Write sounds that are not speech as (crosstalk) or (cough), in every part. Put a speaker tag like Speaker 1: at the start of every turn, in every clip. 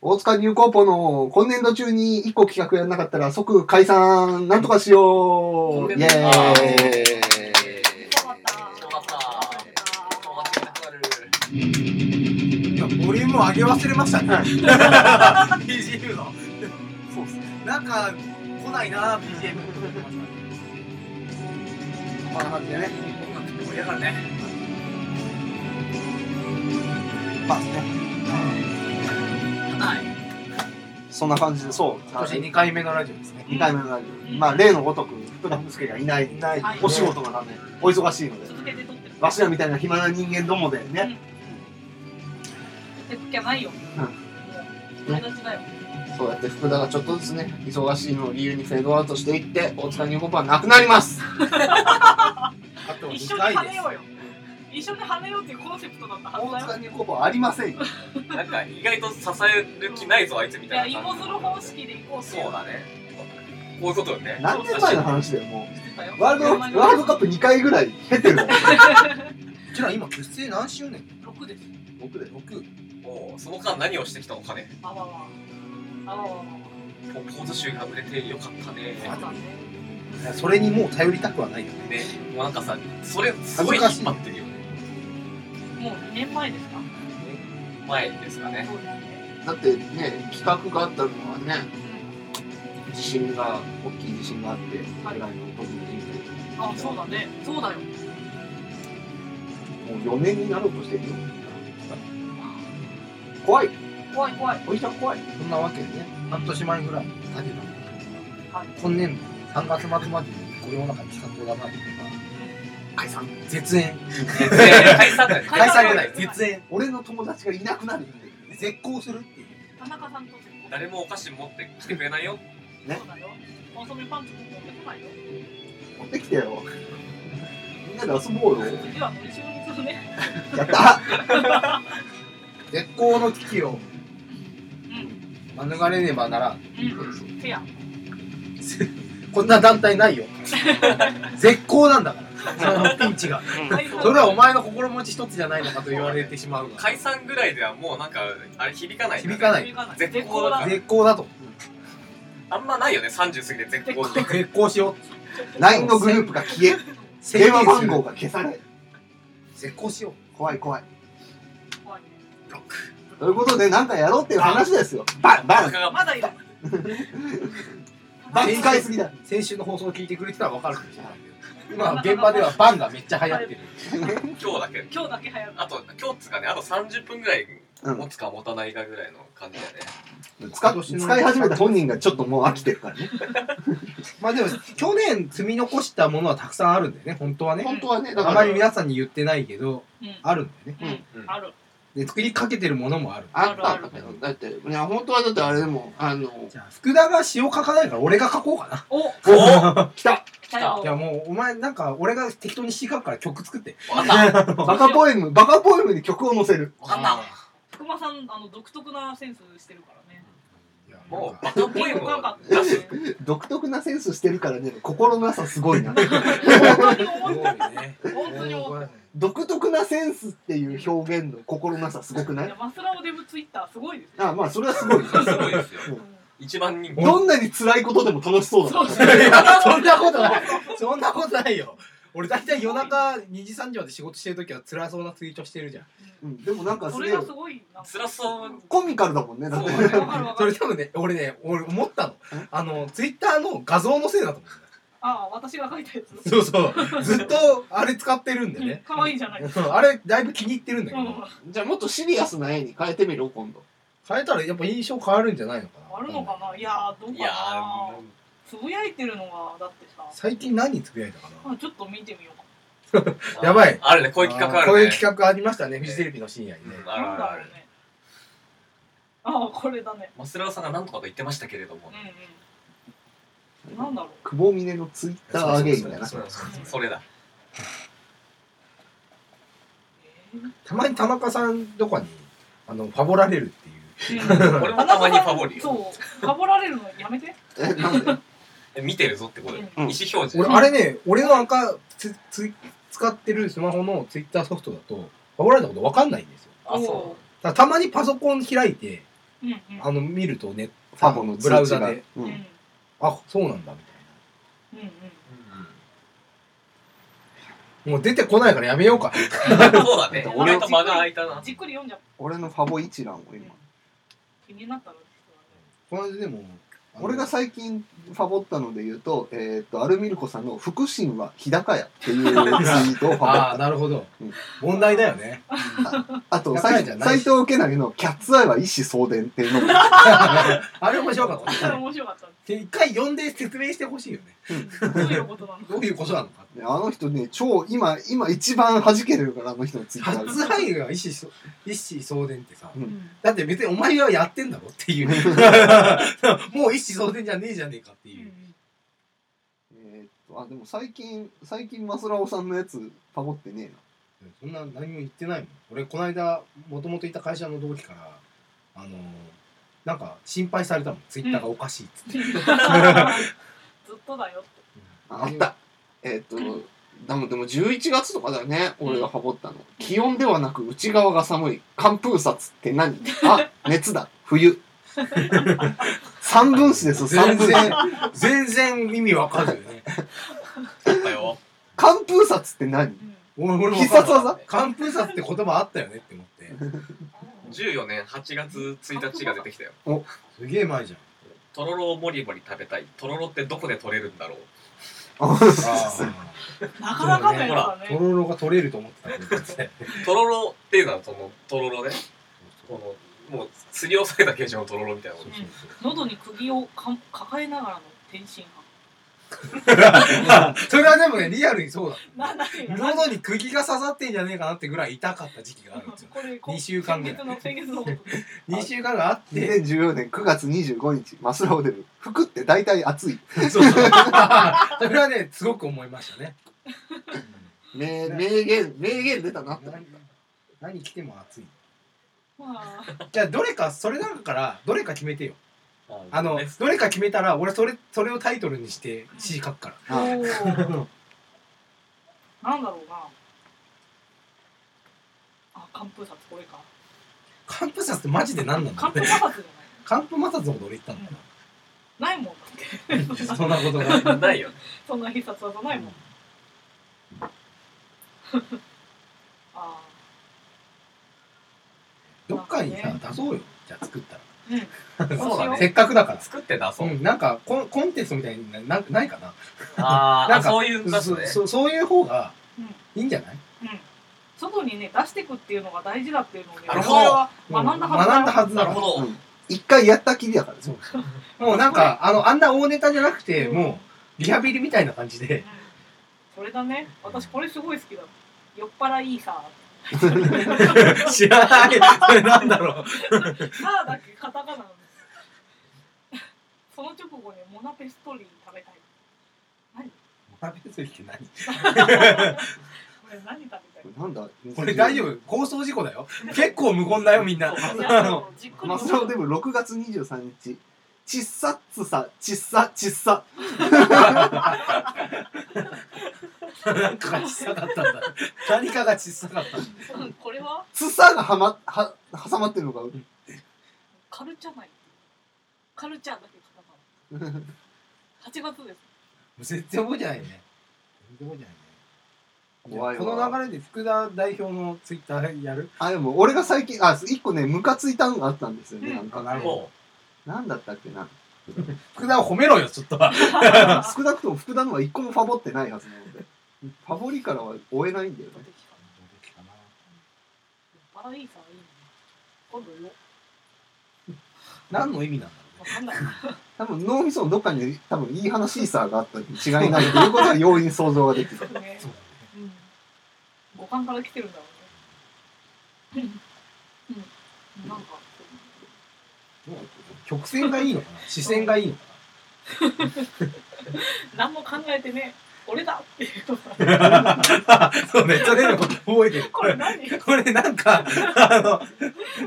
Speaker 1: 大塚入高校の今年度中に1個企画やんなかったら即解散なんとかしようイエーイ
Speaker 2: あー
Speaker 3: いや、ボリュームを上げ忘れましたね。BGM の。
Speaker 1: そうっすね
Speaker 3: なんか、来ないな、BGM。
Speaker 1: こんな感じでね
Speaker 3: 音楽って盛り上がるね。
Speaker 1: まあね
Speaker 3: はい。
Speaker 1: そんな感じでそう
Speaker 3: 今年2回目のラジオですね。
Speaker 1: 2回目のラジオまあ例のごとく福田福助がいない
Speaker 3: ない
Speaker 1: お仕事がなんでお忙しいので
Speaker 2: 続けて撮ってる
Speaker 1: わしらみたいな暇な人間どもでね
Speaker 2: てくきゃないよ、もう友達だよ
Speaker 1: そうやって福田がちょっとずつね忙しいのを理由にフェードアウトしていって大塚入高校はなくなります
Speaker 3: あと
Speaker 2: 一緒
Speaker 3: 2
Speaker 2: に跳
Speaker 3: 回で
Speaker 2: ねようよ一緒に跳ねようっていうコンセプトだったはず
Speaker 1: 大
Speaker 2: だよ
Speaker 1: 塚入高校はありませんよ
Speaker 4: なんか意外と支える気ないぞあいつみ
Speaker 2: い
Speaker 4: た
Speaker 2: や
Speaker 4: いな
Speaker 2: 芋
Speaker 4: 感
Speaker 2: づる方式で行こうって
Speaker 4: じそうだねこういうことよね
Speaker 1: 何年前の話だよもう
Speaker 2: 言ってたよ
Speaker 1: ワールドワールドカップ2回ぐらい経ってるの
Speaker 3: す。じゃあ今、結成何周年
Speaker 2: 6です
Speaker 1: 僕で
Speaker 3: ?6。
Speaker 4: おうその間何をしてきたのかね
Speaker 2: あわわあわわわ
Speaker 4: ポンポーズ集が売れてよかったね
Speaker 2: あったね
Speaker 3: いやそれにもう頼りたくはないよね。
Speaker 4: ねもうなんかさそれすごい引っ張ってるよね
Speaker 2: もう2年前ですか
Speaker 4: 前ですかね
Speaker 2: そうですね
Speaker 1: だってね企画があったのはね地震が大きい地震があってぐらいの時に
Speaker 2: うんあそうだねそうだよ
Speaker 1: もう4年になろうとしてるよ怖い
Speaker 2: 怖い怖い
Speaker 1: おじちゃん怖い
Speaker 3: そんなわけでね、半年前ぐらいに立てたんですけど、
Speaker 2: はい
Speaker 3: 今年度3月末までにこの中に企画を出さないといけない
Speaker 1: 解散
Speaker 3: 絶縁。
Speaker 4: 全然解散だよね
Speaker 3: 解散じゃない、絶縁。
Speaker 1: 俺の友達がいなくなるんで
Speaker 3: 絶交するっていう。
Speaker 2: 田中さんと絶好
Speaker 4: 誰もお菓子持ってきてくれないよ
Speaker 1: ね
Speaker 2: そうだよコンソメパンチも持ってこないよ
Speaker 1: 持ってきてよみんなで遊ぼうよ
Speaker 2: 次は一緒にするね
Speaker 1: やった (laughs)
Speaker 3: 絶交の危機を
Speaker 2: うん
Speaker 3: 免れねばならん。
Speaker 2: うんフェア
Speaker 3: こんな団体 (laughs) ないよ。絶好なんだから、そのピンチが。
Speaker 2: 最高
Speaker 3: それはお前の心持ち一つじゃないのかと言われてしまうが。
Speaker 4: 解散ぐらいではもうなんかあれ響かない
Speaker 3: 響かない
Speaker 2: 響かない
Speaker 4: 絶好だ
Speaker 3: 絶好だと。
Speaker 4: あんまないよね30過ぎで絶好って
Speaker 3: 絶好しよう。
Speaker 1: LINE のグループが
Speaker 3: (laughs)
Speaker 1: 消え
Speaker 3: 宣
Speaker 1: 電話
Speaker 3: 言
Speaker 1: 番
Speaker 3: する
Speaker 1: 号。が消され
Speaker 3: 絶好しよ
Speaker 1: 怖い怖い
Speaker 2: 怖い
Speaker 4: ブロック
Speaker 1: ということで何かやろうっていう話ですよバンバン
Speaker 4: 僕が
Speaker 2: まだいる
Speaker 1: バン使いすぎだ
Speaker 3: う。先週の放送を聞いてくれてたら分かるかもしれないけど。今、現場ではバンがめっちゃ流行ってる。
Speaker 4: 今日だけ
Speaker 2: 今日だけ流行る
Speaker 4: あと今日っつうかねあと30分ぐらい
Speaker 1: うん
Speaker 4: 持つか持たないかぐらいの感じだね
Speaker 1: 使使い始めた本人がちょっともう飽きてるからね
Speaker 3: まあでも、去年積み残したものはたくさんあるんだよね、本当はね。
Speaker 1: 本当はねだ
Speaker 3: あ
Speaker 1: か
Speaker 3: ま
Speaker 1: ら
Speaker 3: り皆さんに言ってないけど、
Speaker 2: うん
Speaker 3: あるんだよね。
Speaker 2: うんある
Speaker 3: で、作りかけてるものもある。
Speaker 1: あったんだけどだっていや本当はだってあれでもあの
Speaker 3: じゃあ、福田が詩を書かないから俺が書こうかな。
Speaker 2: お
Speaker 4: お
Speaker 1: 来た
Speaker 2: 来たよ
Speaker 3: いやもう、お前なんか俺が適当に詩書くから曲作って。
Speaker 4: わかった
Speaker 1: バカポエムバカポエムに曲を載せる
Speaker 4: わかった
Speaker 2: 福間さんあの独特なセンスしてるからね
Speaker 3: いや
Speaker 4: もうバカっぽいも
Speaker 2: か
Speaker 4: ん
Speaker 2: かったね
Speaker 1: 独特なセンスしてるからね心のなさすご (laughs) いな
Speaker 2: 本当に
Speaker 3: す
Speaker 2: 思っ
Speaker 3: ごいね。
Speaker 2: た本当に思っ
Speaker 1: 独特なセンスっていう表現の心のなさすごく
Speaker 2: た
Speaker 1: ないい
Speaker 2: やマスラオデブツイッターすごいです
Speaker 1: あまあそれはすごい
Speaker 4: すごいですよ一番人気
Speaker 1: どんなに辛いことでも楽しそうだ
Speaker 2: そう
Speaker 1: な
Speaker 2: そう
Speaker 3: いや (laughs) そんなことない。そんなことないよ。俺大体夜中2時3時まで仕事してるときは辛そうなツイートしてるじゃん。
Speaker 1: うん、でもなんかす
Speaker 2: そ
Speaker 1: げ
Speaker 2: れ
Speaker 1: え
Speaker 2: がすごいな
Speaker 4: 辛そう
Speaker 1: コミカルだもんねだ
Speaker 4: そ
Speaker 1: っ
Speaker 4: う
Speaker 1: て
Speaker 4: だね
Speaker 2: わかるわ
Speaker 3: そ
Speaker 2: か
Speaker 3: れ
Speaker 2: る
Speaker 3: 多分ね、俺ね、俺思ったの。あの、ツイッターの画像のせいだと思
Speaker 2: あ私が書いたや
Speaker 3: う。
Speaker 2: つ
Speaker 3: そうそう。ずっとあれ使ってるんだよ
Speaker 2: うん
Speaker 3: ね。
Speaker 2: 可愛いじゃないですか
Speaker 3: うんあれだいぶ気に入ってるんだけ
Speaker 2: う
Speaker 3: ど、
Speaker 2: ん
Speaker 1: じゃあもっとシリアスな絵に変えてみろ今度
Speaker 3: 変えたらやっぱ印象変わるんじゃないのかな
Speaker 2: あるのかないやーどう
Speaker 4: い
Speaker 2: か
Speaker 4: や
Speaker 2: なつぶやいてるのがだってさ
Speaker 3: 最近何つぶやいたかな
Speaker 2: あちょっと見てみようか
Speaker 4: ー
Speaker 3: (laughs) やばい
Speaker 4: あるねこういう企画あるね
Speaker 3: こういう企画ありましたねフジテレビの深夜にね、
Speaker 4: うんある
Speaker 2: なん
Speaker 4: あ
Speaker 2: だ
Speaker 4: るあ
Speaker 2: ろ
Speaker 4: る
Speaker 2: うねあこれだね
Speaker 4: マスラオさんが何とかと言ってましたけれども
Speaker 2: うんうんなんだろう
Speaker 1: 久保峰のツイッターアゲインだな
Speaker 3: そうそうそう
Speaker 4: それだ
Speaker 2: えー
Speaker 3: たまに田中さんとかにあのファボられるっていう
Speaker 2: うん
Speaker 4: 俺もたまにファボリ
Speaker 2: そ
Speaker 4: よ
Speaker 2: うファボられるのやめて
Speaker 1: えなんで
Speaker 4: え見てるぞってことで
Speaker 2: うん
Speaker 1: うん
Speaker 4: 意思表示
Speaker 3: 俺あれね俺の赤つつ使ってるスマホのツイッターソフトだとファボられたこと分かんないんですよ
Speaker 4: あそう
Speaker 3: だからたまにパソコン開いて
Speaker 2: うんうん
Speaker 3: あの見るとね多分のブラウザで
Speaker 1: うん、
Speaker 2: うん
Speaker 3: あそうなんだみ
Speaker 2: うんうん
Speaker 3: たいなもう出てこないからやめようか
Speaker 4: そうだ
Speaker 2: (laughs)
Speaker 4: ね。
Speaker 1: 俺
Speaker 4: 俺
Speaker 1: は
Speaker 4: と間が空いたな。
Speaker 2: じっくり読んじゃう
Speaker 1: 俺のファボ一覧を今
Speaker 2: 気になったの
Speaker 3: この間でも
Speaker 1: 俺が
Speaker 3: さ
Speaker 1: 最近ファボったので言うと,、えーっとアルミルコさんの「福神は日高屋」っていうツイートをファボ
Speaker 3: あ
Speaker 1: (laughs) っ
Speaker 3: あなるほど
Speaker 1: うん
Speaker 3: 問題だよね
Speaker 1: たあと
Speaker 3: 日高屋
Speaker 1: 斎
Speaker 3: じゃない
Speaker 1: 藤けなげの「キャッツアイは一子相伝」っていうのも
Speaker 3: (laughs) あれ面白かったね
Speaker 2: 面白かった
Speaker 3: で一回呼んで説明してほしいよね
Speaker 2: うんどういうことなの
Speaker 3: どういうことなのか
Speaker 1: ねあの人ね、超今、 (laughs) 今一番弾けてるから、あの人のツイッター
Speaker 3: 初配が一子一子相伝ってさ
Speaker 1: うん
Speaker 3: だって別にお前はやってんだろって (laughs) いうもう一子相伝じゃねえじゃねえかって
Speaker 2: う
Speaker 3: いうん
Speaker 1: えーっと、あ、でも最近、最近、マスラオさんのやつ、パコってね
Speaker 3: そんな何も言ってないもん俺この間もともといた会社の同期からあのーなんか心配されたもんツイッターがおかしいっつって、
Speaker 4: (laughs)
Speaker 2: ずっとだよって
Speaker 1: えな。あった。えーっと、でも、でも11月とかだよね、俺がパコったの。気温ではなく、内側が寒い。寒風殺って何あ、熱だ。冬。 (laughs) 三分子ですよ、三
Speaker 3: 全
Speaker 1: 分
Speaker 3: 然
Speaker 1: 子。
Speaker 3: 全然意味わかるよね
Speaker 4: あったよ。
Speaker 1: 寒風殺って何
Speaker 2: うん
Speaker 3: 俺俺も
Speaker 1: 必殺技
Speaker 3: 寒風殺って言葉あったよねって思って
Speaker 4: 14年8月1日が出てきたよ。
Speaker 3: すげえ前じゃん
Speaker 4: とろろをもりもり食べたい。とろろってどこで取れるんだろう。
Speaker 1: (laughs)
Speaker 2: なかなかだよ
Speaker 3: あ
Speaker 2: だ
Speaker 3: と
Speaker 2: ね
Speaker 3: ろろが取れると思ってたけど全然
Speaker 4: とろろっていうのはそのとろろね。このもう釣りをされた形状のとろろみたいなも
Speaker 3: そ
Speaker 4: ん
Speaker 3: うそうそう
Speaker 2: 喉に釘をか抱えながらの天津
Speaker 3: (laughs) それはでもねリアルにそうだ
Speaker 2: 飯な何が
Speaker 3: 喉に釘が刺さってんじゃねえかなってぐらい痛かった時期があるん (laughs) ですよ
Speaker 2: これこ
Speaker 3: 二週間ぐらい
Speaker 2: 先月の先月のことです
Speaker 3: 2週間があって
Speaker 1: 2014年9月25日、マスラオデル。服って大体暑い。
Speaker 3: (laughs) そうそう。それはね、すごく思いましたね。
Speaker 1: 名名言、名言出たなって思っ
Speaker 3: 何何着ても暑い。
Speaker 2: まあ
Speaker 3: じゃあ、どれか、それなんかから、どれか決めてよ。あの
Speaker 4: ね、
Speaker 3: どれか決めたら、俺、それ、それをタイトルにして、詩書くか。
Speaker 1: た。はい
Speaker 2: おーなんだろうなあ寒風札これから
Speaker 3: 寒風殺ってマジで何なんだ
Speaker 2: 寒
Speaker 3: ろうね
Speaker 2: 風。摩擦じ
Speaker 3: 寒風摩擦のこと俺言ったんだよ
Speaker 2: ゃないないもんだ (laughs)
Speaker 3: な。
Speaker 2: って
Speaker 3: そんなことが。
Speaker 4: ないよね。
Speaker 2: そんな必殺技ないもん (laughs) あ
Speaker 3: どっかに
Speaker 2: なん
Speaker 3: さ
Speaker 2: か、
Speaker 3: 出そうよ。じゃあ、作った
Speaker 2: あうん
Speaker 3: ら。
Speaker 2: そうだね
Speaker 3: せっかくだから。
Speaker 4: 作って出そうう。
Speaker 3: ん、なんかコンコンテストみたいにななんかないかな
Speaker 4: あー
Speaker 3: なん
Speaker 4: あ、
Speaker 3: か
Speaker 4: そういう出すね。
Speaker 3: そそそういう方が
Speaker 2: うん
Speaker 3: いいんじゃない
Speaker 2: うん外にね出してくっていうのが大事だっていうのをね
Speaker 4: な
Speaker 2: 我
Speaker 4: る
Speaker 2: 々
Speaker 4: ほど
Speaker 2: は学んだはずだ
Speaker 3: 学んだはずだ
Speaker 4: な
Speaker 3: か
Speaker 4: る
Speaker 3: ら
Speaker 4: ほど。
Speaker 1: うん一回やったきりだからね
Speaker 3: そうもうなんか、あの、あんな大ネタじゃなくて、
Speaker 2: うん
Speaker 3: もう、リハビリみたいな感じ
Speaker 2: (laughs)
Speaker 3: で、
Speaker 2: それだね私これすごい好きだ酔っ払いいさ
Speaker 3: (laughs) 知らない、それなんだろう。
Speaker 2: さあだけカタカナなんですその直後にモナペストリー食べたい
Speaker 3: モナペストリーって何
Speaker 2: これ何食べたい
Speaker 1: なんだ
Speaker 3: これ大丈夫放送事故だよ。結構無言だよ、みんな。
Speaker 1: (laughs)
Speaker 2: いや
Speaker 3: あ
Speaker 2: で
Speaker 3: の
Speaker 2: もじっくり
Speaker 1: マスローでも6月23日。ちっさっつさ、ちっさ、ちっさ。
Speaker 3: なんかが小さかったんだ。何かが小さかったんだ。
Speaker 2: うんこれは
Speaker 1: つさがはま、は、挟まってるのか。
Speaker 2: カルチャないカルチャーだけカタ
Speaker 1: (laughs)
Speaker 2: カナ8月です
Speaker 3: 絶対覚えてないね。全然覚えてないね。
Speaker 1: 怖いわ
Speaker 3: この流れで福田代表のツイッターやる
Speaker 1: あ、でも俺が最近、あ、一個ね、ムカついたのがあったんですよ
Speaker 2: う
Speaker 1: ね。
Speaker 2: ん
Speaker 1: なんか、
Speaker 3: なるほ
Speaker 4: も
Speaker 1: なんだったっけな。
Speaker 3: 福田を褒めろよ、ちょっとは。
Speaker 1: 少なくとも福田のは一個もファボってないはずなので。ファボリからは追えないんだよね。
Speaker 2: バラいいさいいね今度よ
Speaker 3: 何の意味なんだろうね
Speaker 2: わかんない
Speaker 1: (laughs) 多分脳みそのどっかに多分いい話シーサーがあったに違いないということは容易に想像ができる。
Speaker 2: ねうん五感から来てるんだろうね。うん、なんか、
Speaker 3: もう曲線がいいのかな視線がいいのか
Speaker 2: 何も考えてね、俺だっていうのが
Speaker 3: (laughs) な (laughs) そうね、それでも覚えてる。
Speaker 2: これ何、
Speaker 3: (laughs) これなんか、あの、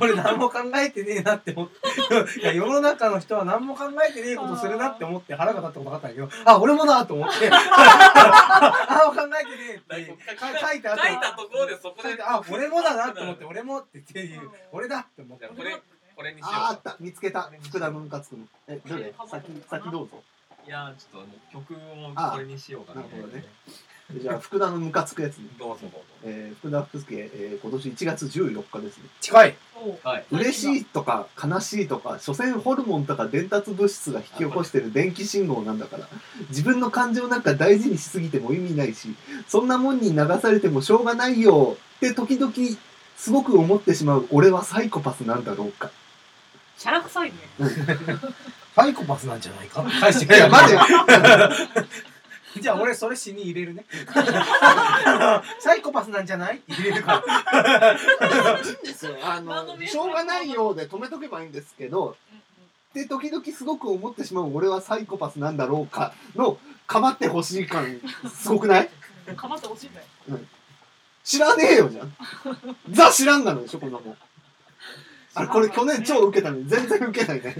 Speaker 3: 俺何も考えてねえなって思って、いや世の中の人は何も考えてねえことするなって思って腹が立ったことがあったんだけど、あ、俺もだと思って、あ、考えてねえ
Speaker 4: (laughs)
Speaker 3: って書書いてあ
Speaker 4: う、
Speaker 3: っ
Speaker 4: 書い
Speaker 3: た。
Speaker 4: たところでそこ
Speaker 3: 書い
Speaker 4: で (laughs)
Speaker 3: て、あ、俺もだなと思って、俺もってっていううん俺だって思って。
Speaker 4: これ
Speaker 2: 俺だってね
Speaker 4: これにしよ
Speaker 1: (laughs) あーあ
Speaker 4: う
Speaker 1: った見つけた福田文化つくのえどれ先先どうぞ
Speaker 4: いやーちょっともう曲も
Speaker 1: あー
Speaker 4: これにしようかな
Speaker 1: なるほどねじゃあ福田のムカつくやつね
Speaker 4: どうぞどうぞ
Speaker 1: えー、福田福助、えー今年1月14日ですね
Speaker 3: 近い
Speaker 2: おう
Speaker 4: はい
Speaker 1: 嬉しいとか悲しいとか所詮ホルモンとか伝達物質が引き起こしてる電気信号なんだから自分の感情なんか大事にしすぎても意味ないしそんなもんに流されてもしょうがないよって時々すごく思ってしまう俺はサイコパスなんだろうか
Speaker 2: シャラ臭いね。
Speaker 3: サイコパスなんじゃないか返して
Speaker 1: いや待て
Speaker 3: (laughs)
Speaker 1: よ (laughs)
Speaker 3: じゃあ俺それ詩に入れる (laughs) ねあのサイコパスなんじゃないって入れるから
Speaker 1: いいんですよあ
Speaker 2: 何の
Speaker 1: の
Speaker 2: 迷
Speaker 1: し
Speaker 2: 惑も
Speaker 1: ょうがないようで止めとけばいいんですけどで時々すごく思ってしまう俺はサイコパスなんだろうかのかまってほしい感すごくない
Speaker 2: うんうんかまってほしいんだよ。
Speaker 1: 知らねえよじゃんザ知らんなのでしょこんなもんあれこれ去年超受けたのに全然受けない (laughs) ね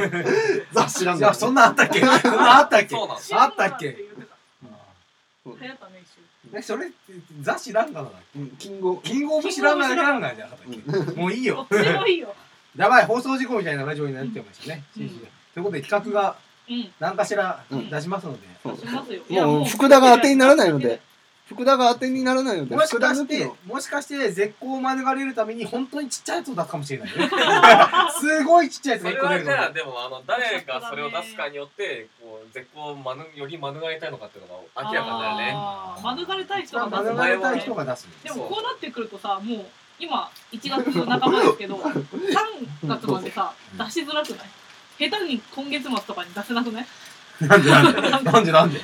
Speaker 1: ザ知らん
Speaker 3: じゃ
Speaker 1: が
Speaker 3: あそんなあっ
Speaker 4: (laughs)
Speaker 3: たっけそんなあったっけ
Speaker 4: そうなんです
Speaker 2: 知らんがなて言て
Speaker 1: うん
Speaker 2: 流行ったね一瞬。
Speaker 3: えそれって雑誌ランガだな
Speaker 1: うんキングオブ
Speaker 3: キングオブ知らないランガーじゃなかったっけもういい
Speaker 2: どっ
Speaker 3: よ
Speaker 2: ちでもいいよ。
Speaker 3: やばい放送事故みたいなラジオになってましたね、
Speaker 2: うん
Speaker 3: ということで企画が
Speaker 2: うん。
Speaker 3: 何かしら出しますので、
Speaker 2: 出しますよ。いや
Speaker 1: もう福田が当てにならないので。福田が当てにならないので
Speaker 3: もし
Speaker 1: 福田
Speaker 3: かし
Speaker 1: 抜き
Speaker 3: て
Speaker 1: の、
Speaker 3: もしかして絶好を免れるために本当にちっちゃいやつを出すかもしれないね。すごいちっちゃいやつ
Speaker 4: そ
Speaker 3: が
Speaker 4: れは
Speaker 3: 一個出る
Speaker 4: じ
Speaker 3: かも
Speaker 4: ゃあでもあの誰がそれを出すかによってこう絶好をまぬより免れたいのかっていうのが明らかだよね
Speaker 2: あー免れたい人
Speaker 3: ま
Speaker 2: が
Speaker 3: あ
Speaker 2: 出す
Speaker 3: 免れたい人が出す。
Speaker 2: でもこうなってくるとさ、もう今1月の半ばですけど、3月までさ、
Speaker 3: うん
Speaker 2: 出しづらくない下手に今月末とかに出せなく
Speaker 3: (laughs)
Speaker 2: ない
Speaker 3: なんでなんでなんでなんで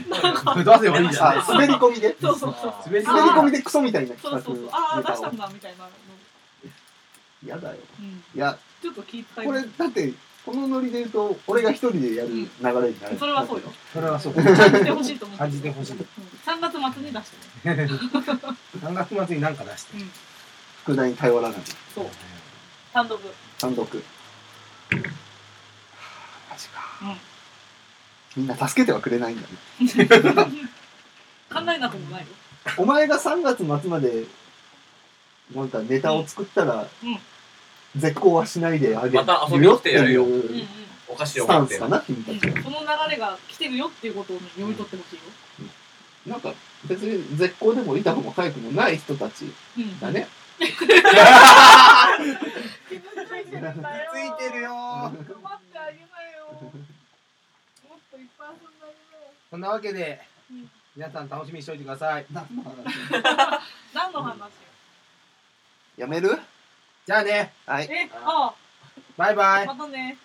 Speaker 3: 出せばいいじゃん。
Speaker 1: あ滑り込みで
Speaker 2: そうそうそう。
Speaker 3: 滑り
Speaker 1: 滑り込みでクソみたいな
Speaker 2: そう
Speaker 1: 企
Speaker 2: そうそう。
Speaker 1: 画
Speaker 2: ああ、
Speaker 1: ネ
Speaker 2: 出
Speaker 1: タ
Speaker 2: した
Speaker 1: を
Speaker 2: んだみたいなの。
Speaker 1: やだよ
Speaker 2: うん。
Speaker 1: いや
Speaker 2: ちょっと聞いたい
Speaker 1: これだってこのノリで言うと俺が一人でやる流れになる、
Speaker 2: それはそうよ。
Speaker 3: それはそう。
Speaker 2: 感じてほしいと思って。
Speaker 3: 感じてほしい
Speaker 2: うん。3月末に出してね。
Speaker 3: 何月末に何か出して
Speaker 2: う。ん。
Speaker 1: 福田に頼らない
Speaker 2: そう。単独。
Speaker 1: 単独マジか
Speaker 2: うん。
Speaker 1: みんな助けてはくれないんだね
Speaker 2: 考えなくもないよ。
Speaker 1: お前が3月末までなんかネタを作ったら、
Speaker 2: うん
Speaker 1: 絶好はしないであげ
Speaker 4: また遊びに来てやるよ
Speaker 1: って
Speaker 2: うんう
Speaker 1: い
Speaker 2: ん
Speaker 1: う。
Speaker 4: お菓子を
Speaker 1: スタ
Speaker 4: 持っ
Speaker 1: ン
Speaker 4: て
Speaker 1: スかな君
Speaker 2: う
Speaker 1: た
Speaker 2: ん
Speaker 1: ちは、
Speaker 2: その流れが来てるよっていうことをね読み取ってほしいよ。
Speaker 1: なんか別に絶好でもいた方も早くもない人たち
Speaker 2: うん。
Speaker 3: (laughs)
Speaker 1: だね
Speaker 2: 気づいてるんだよ。
Speaker 3: ついてる
Speaker 2: 配ってあげ
Speaker 3: よ。
Speaker 2: なよ。もっといっぱい遊んであげ
Speaker 3: そんなわけで
Speaker 2: なよ。うん
Speaker 3: 皆さん楽しみにしておいてください。
Speaker 1: 何の話
Speaker 2: 何の話？
Speaker 1: やめる
Speaker 3: じゃあね。
Speaker 1: はい
Speaker 2: え、あ
Speaker 3: バイバイ
Speaker 2: あ、。またね。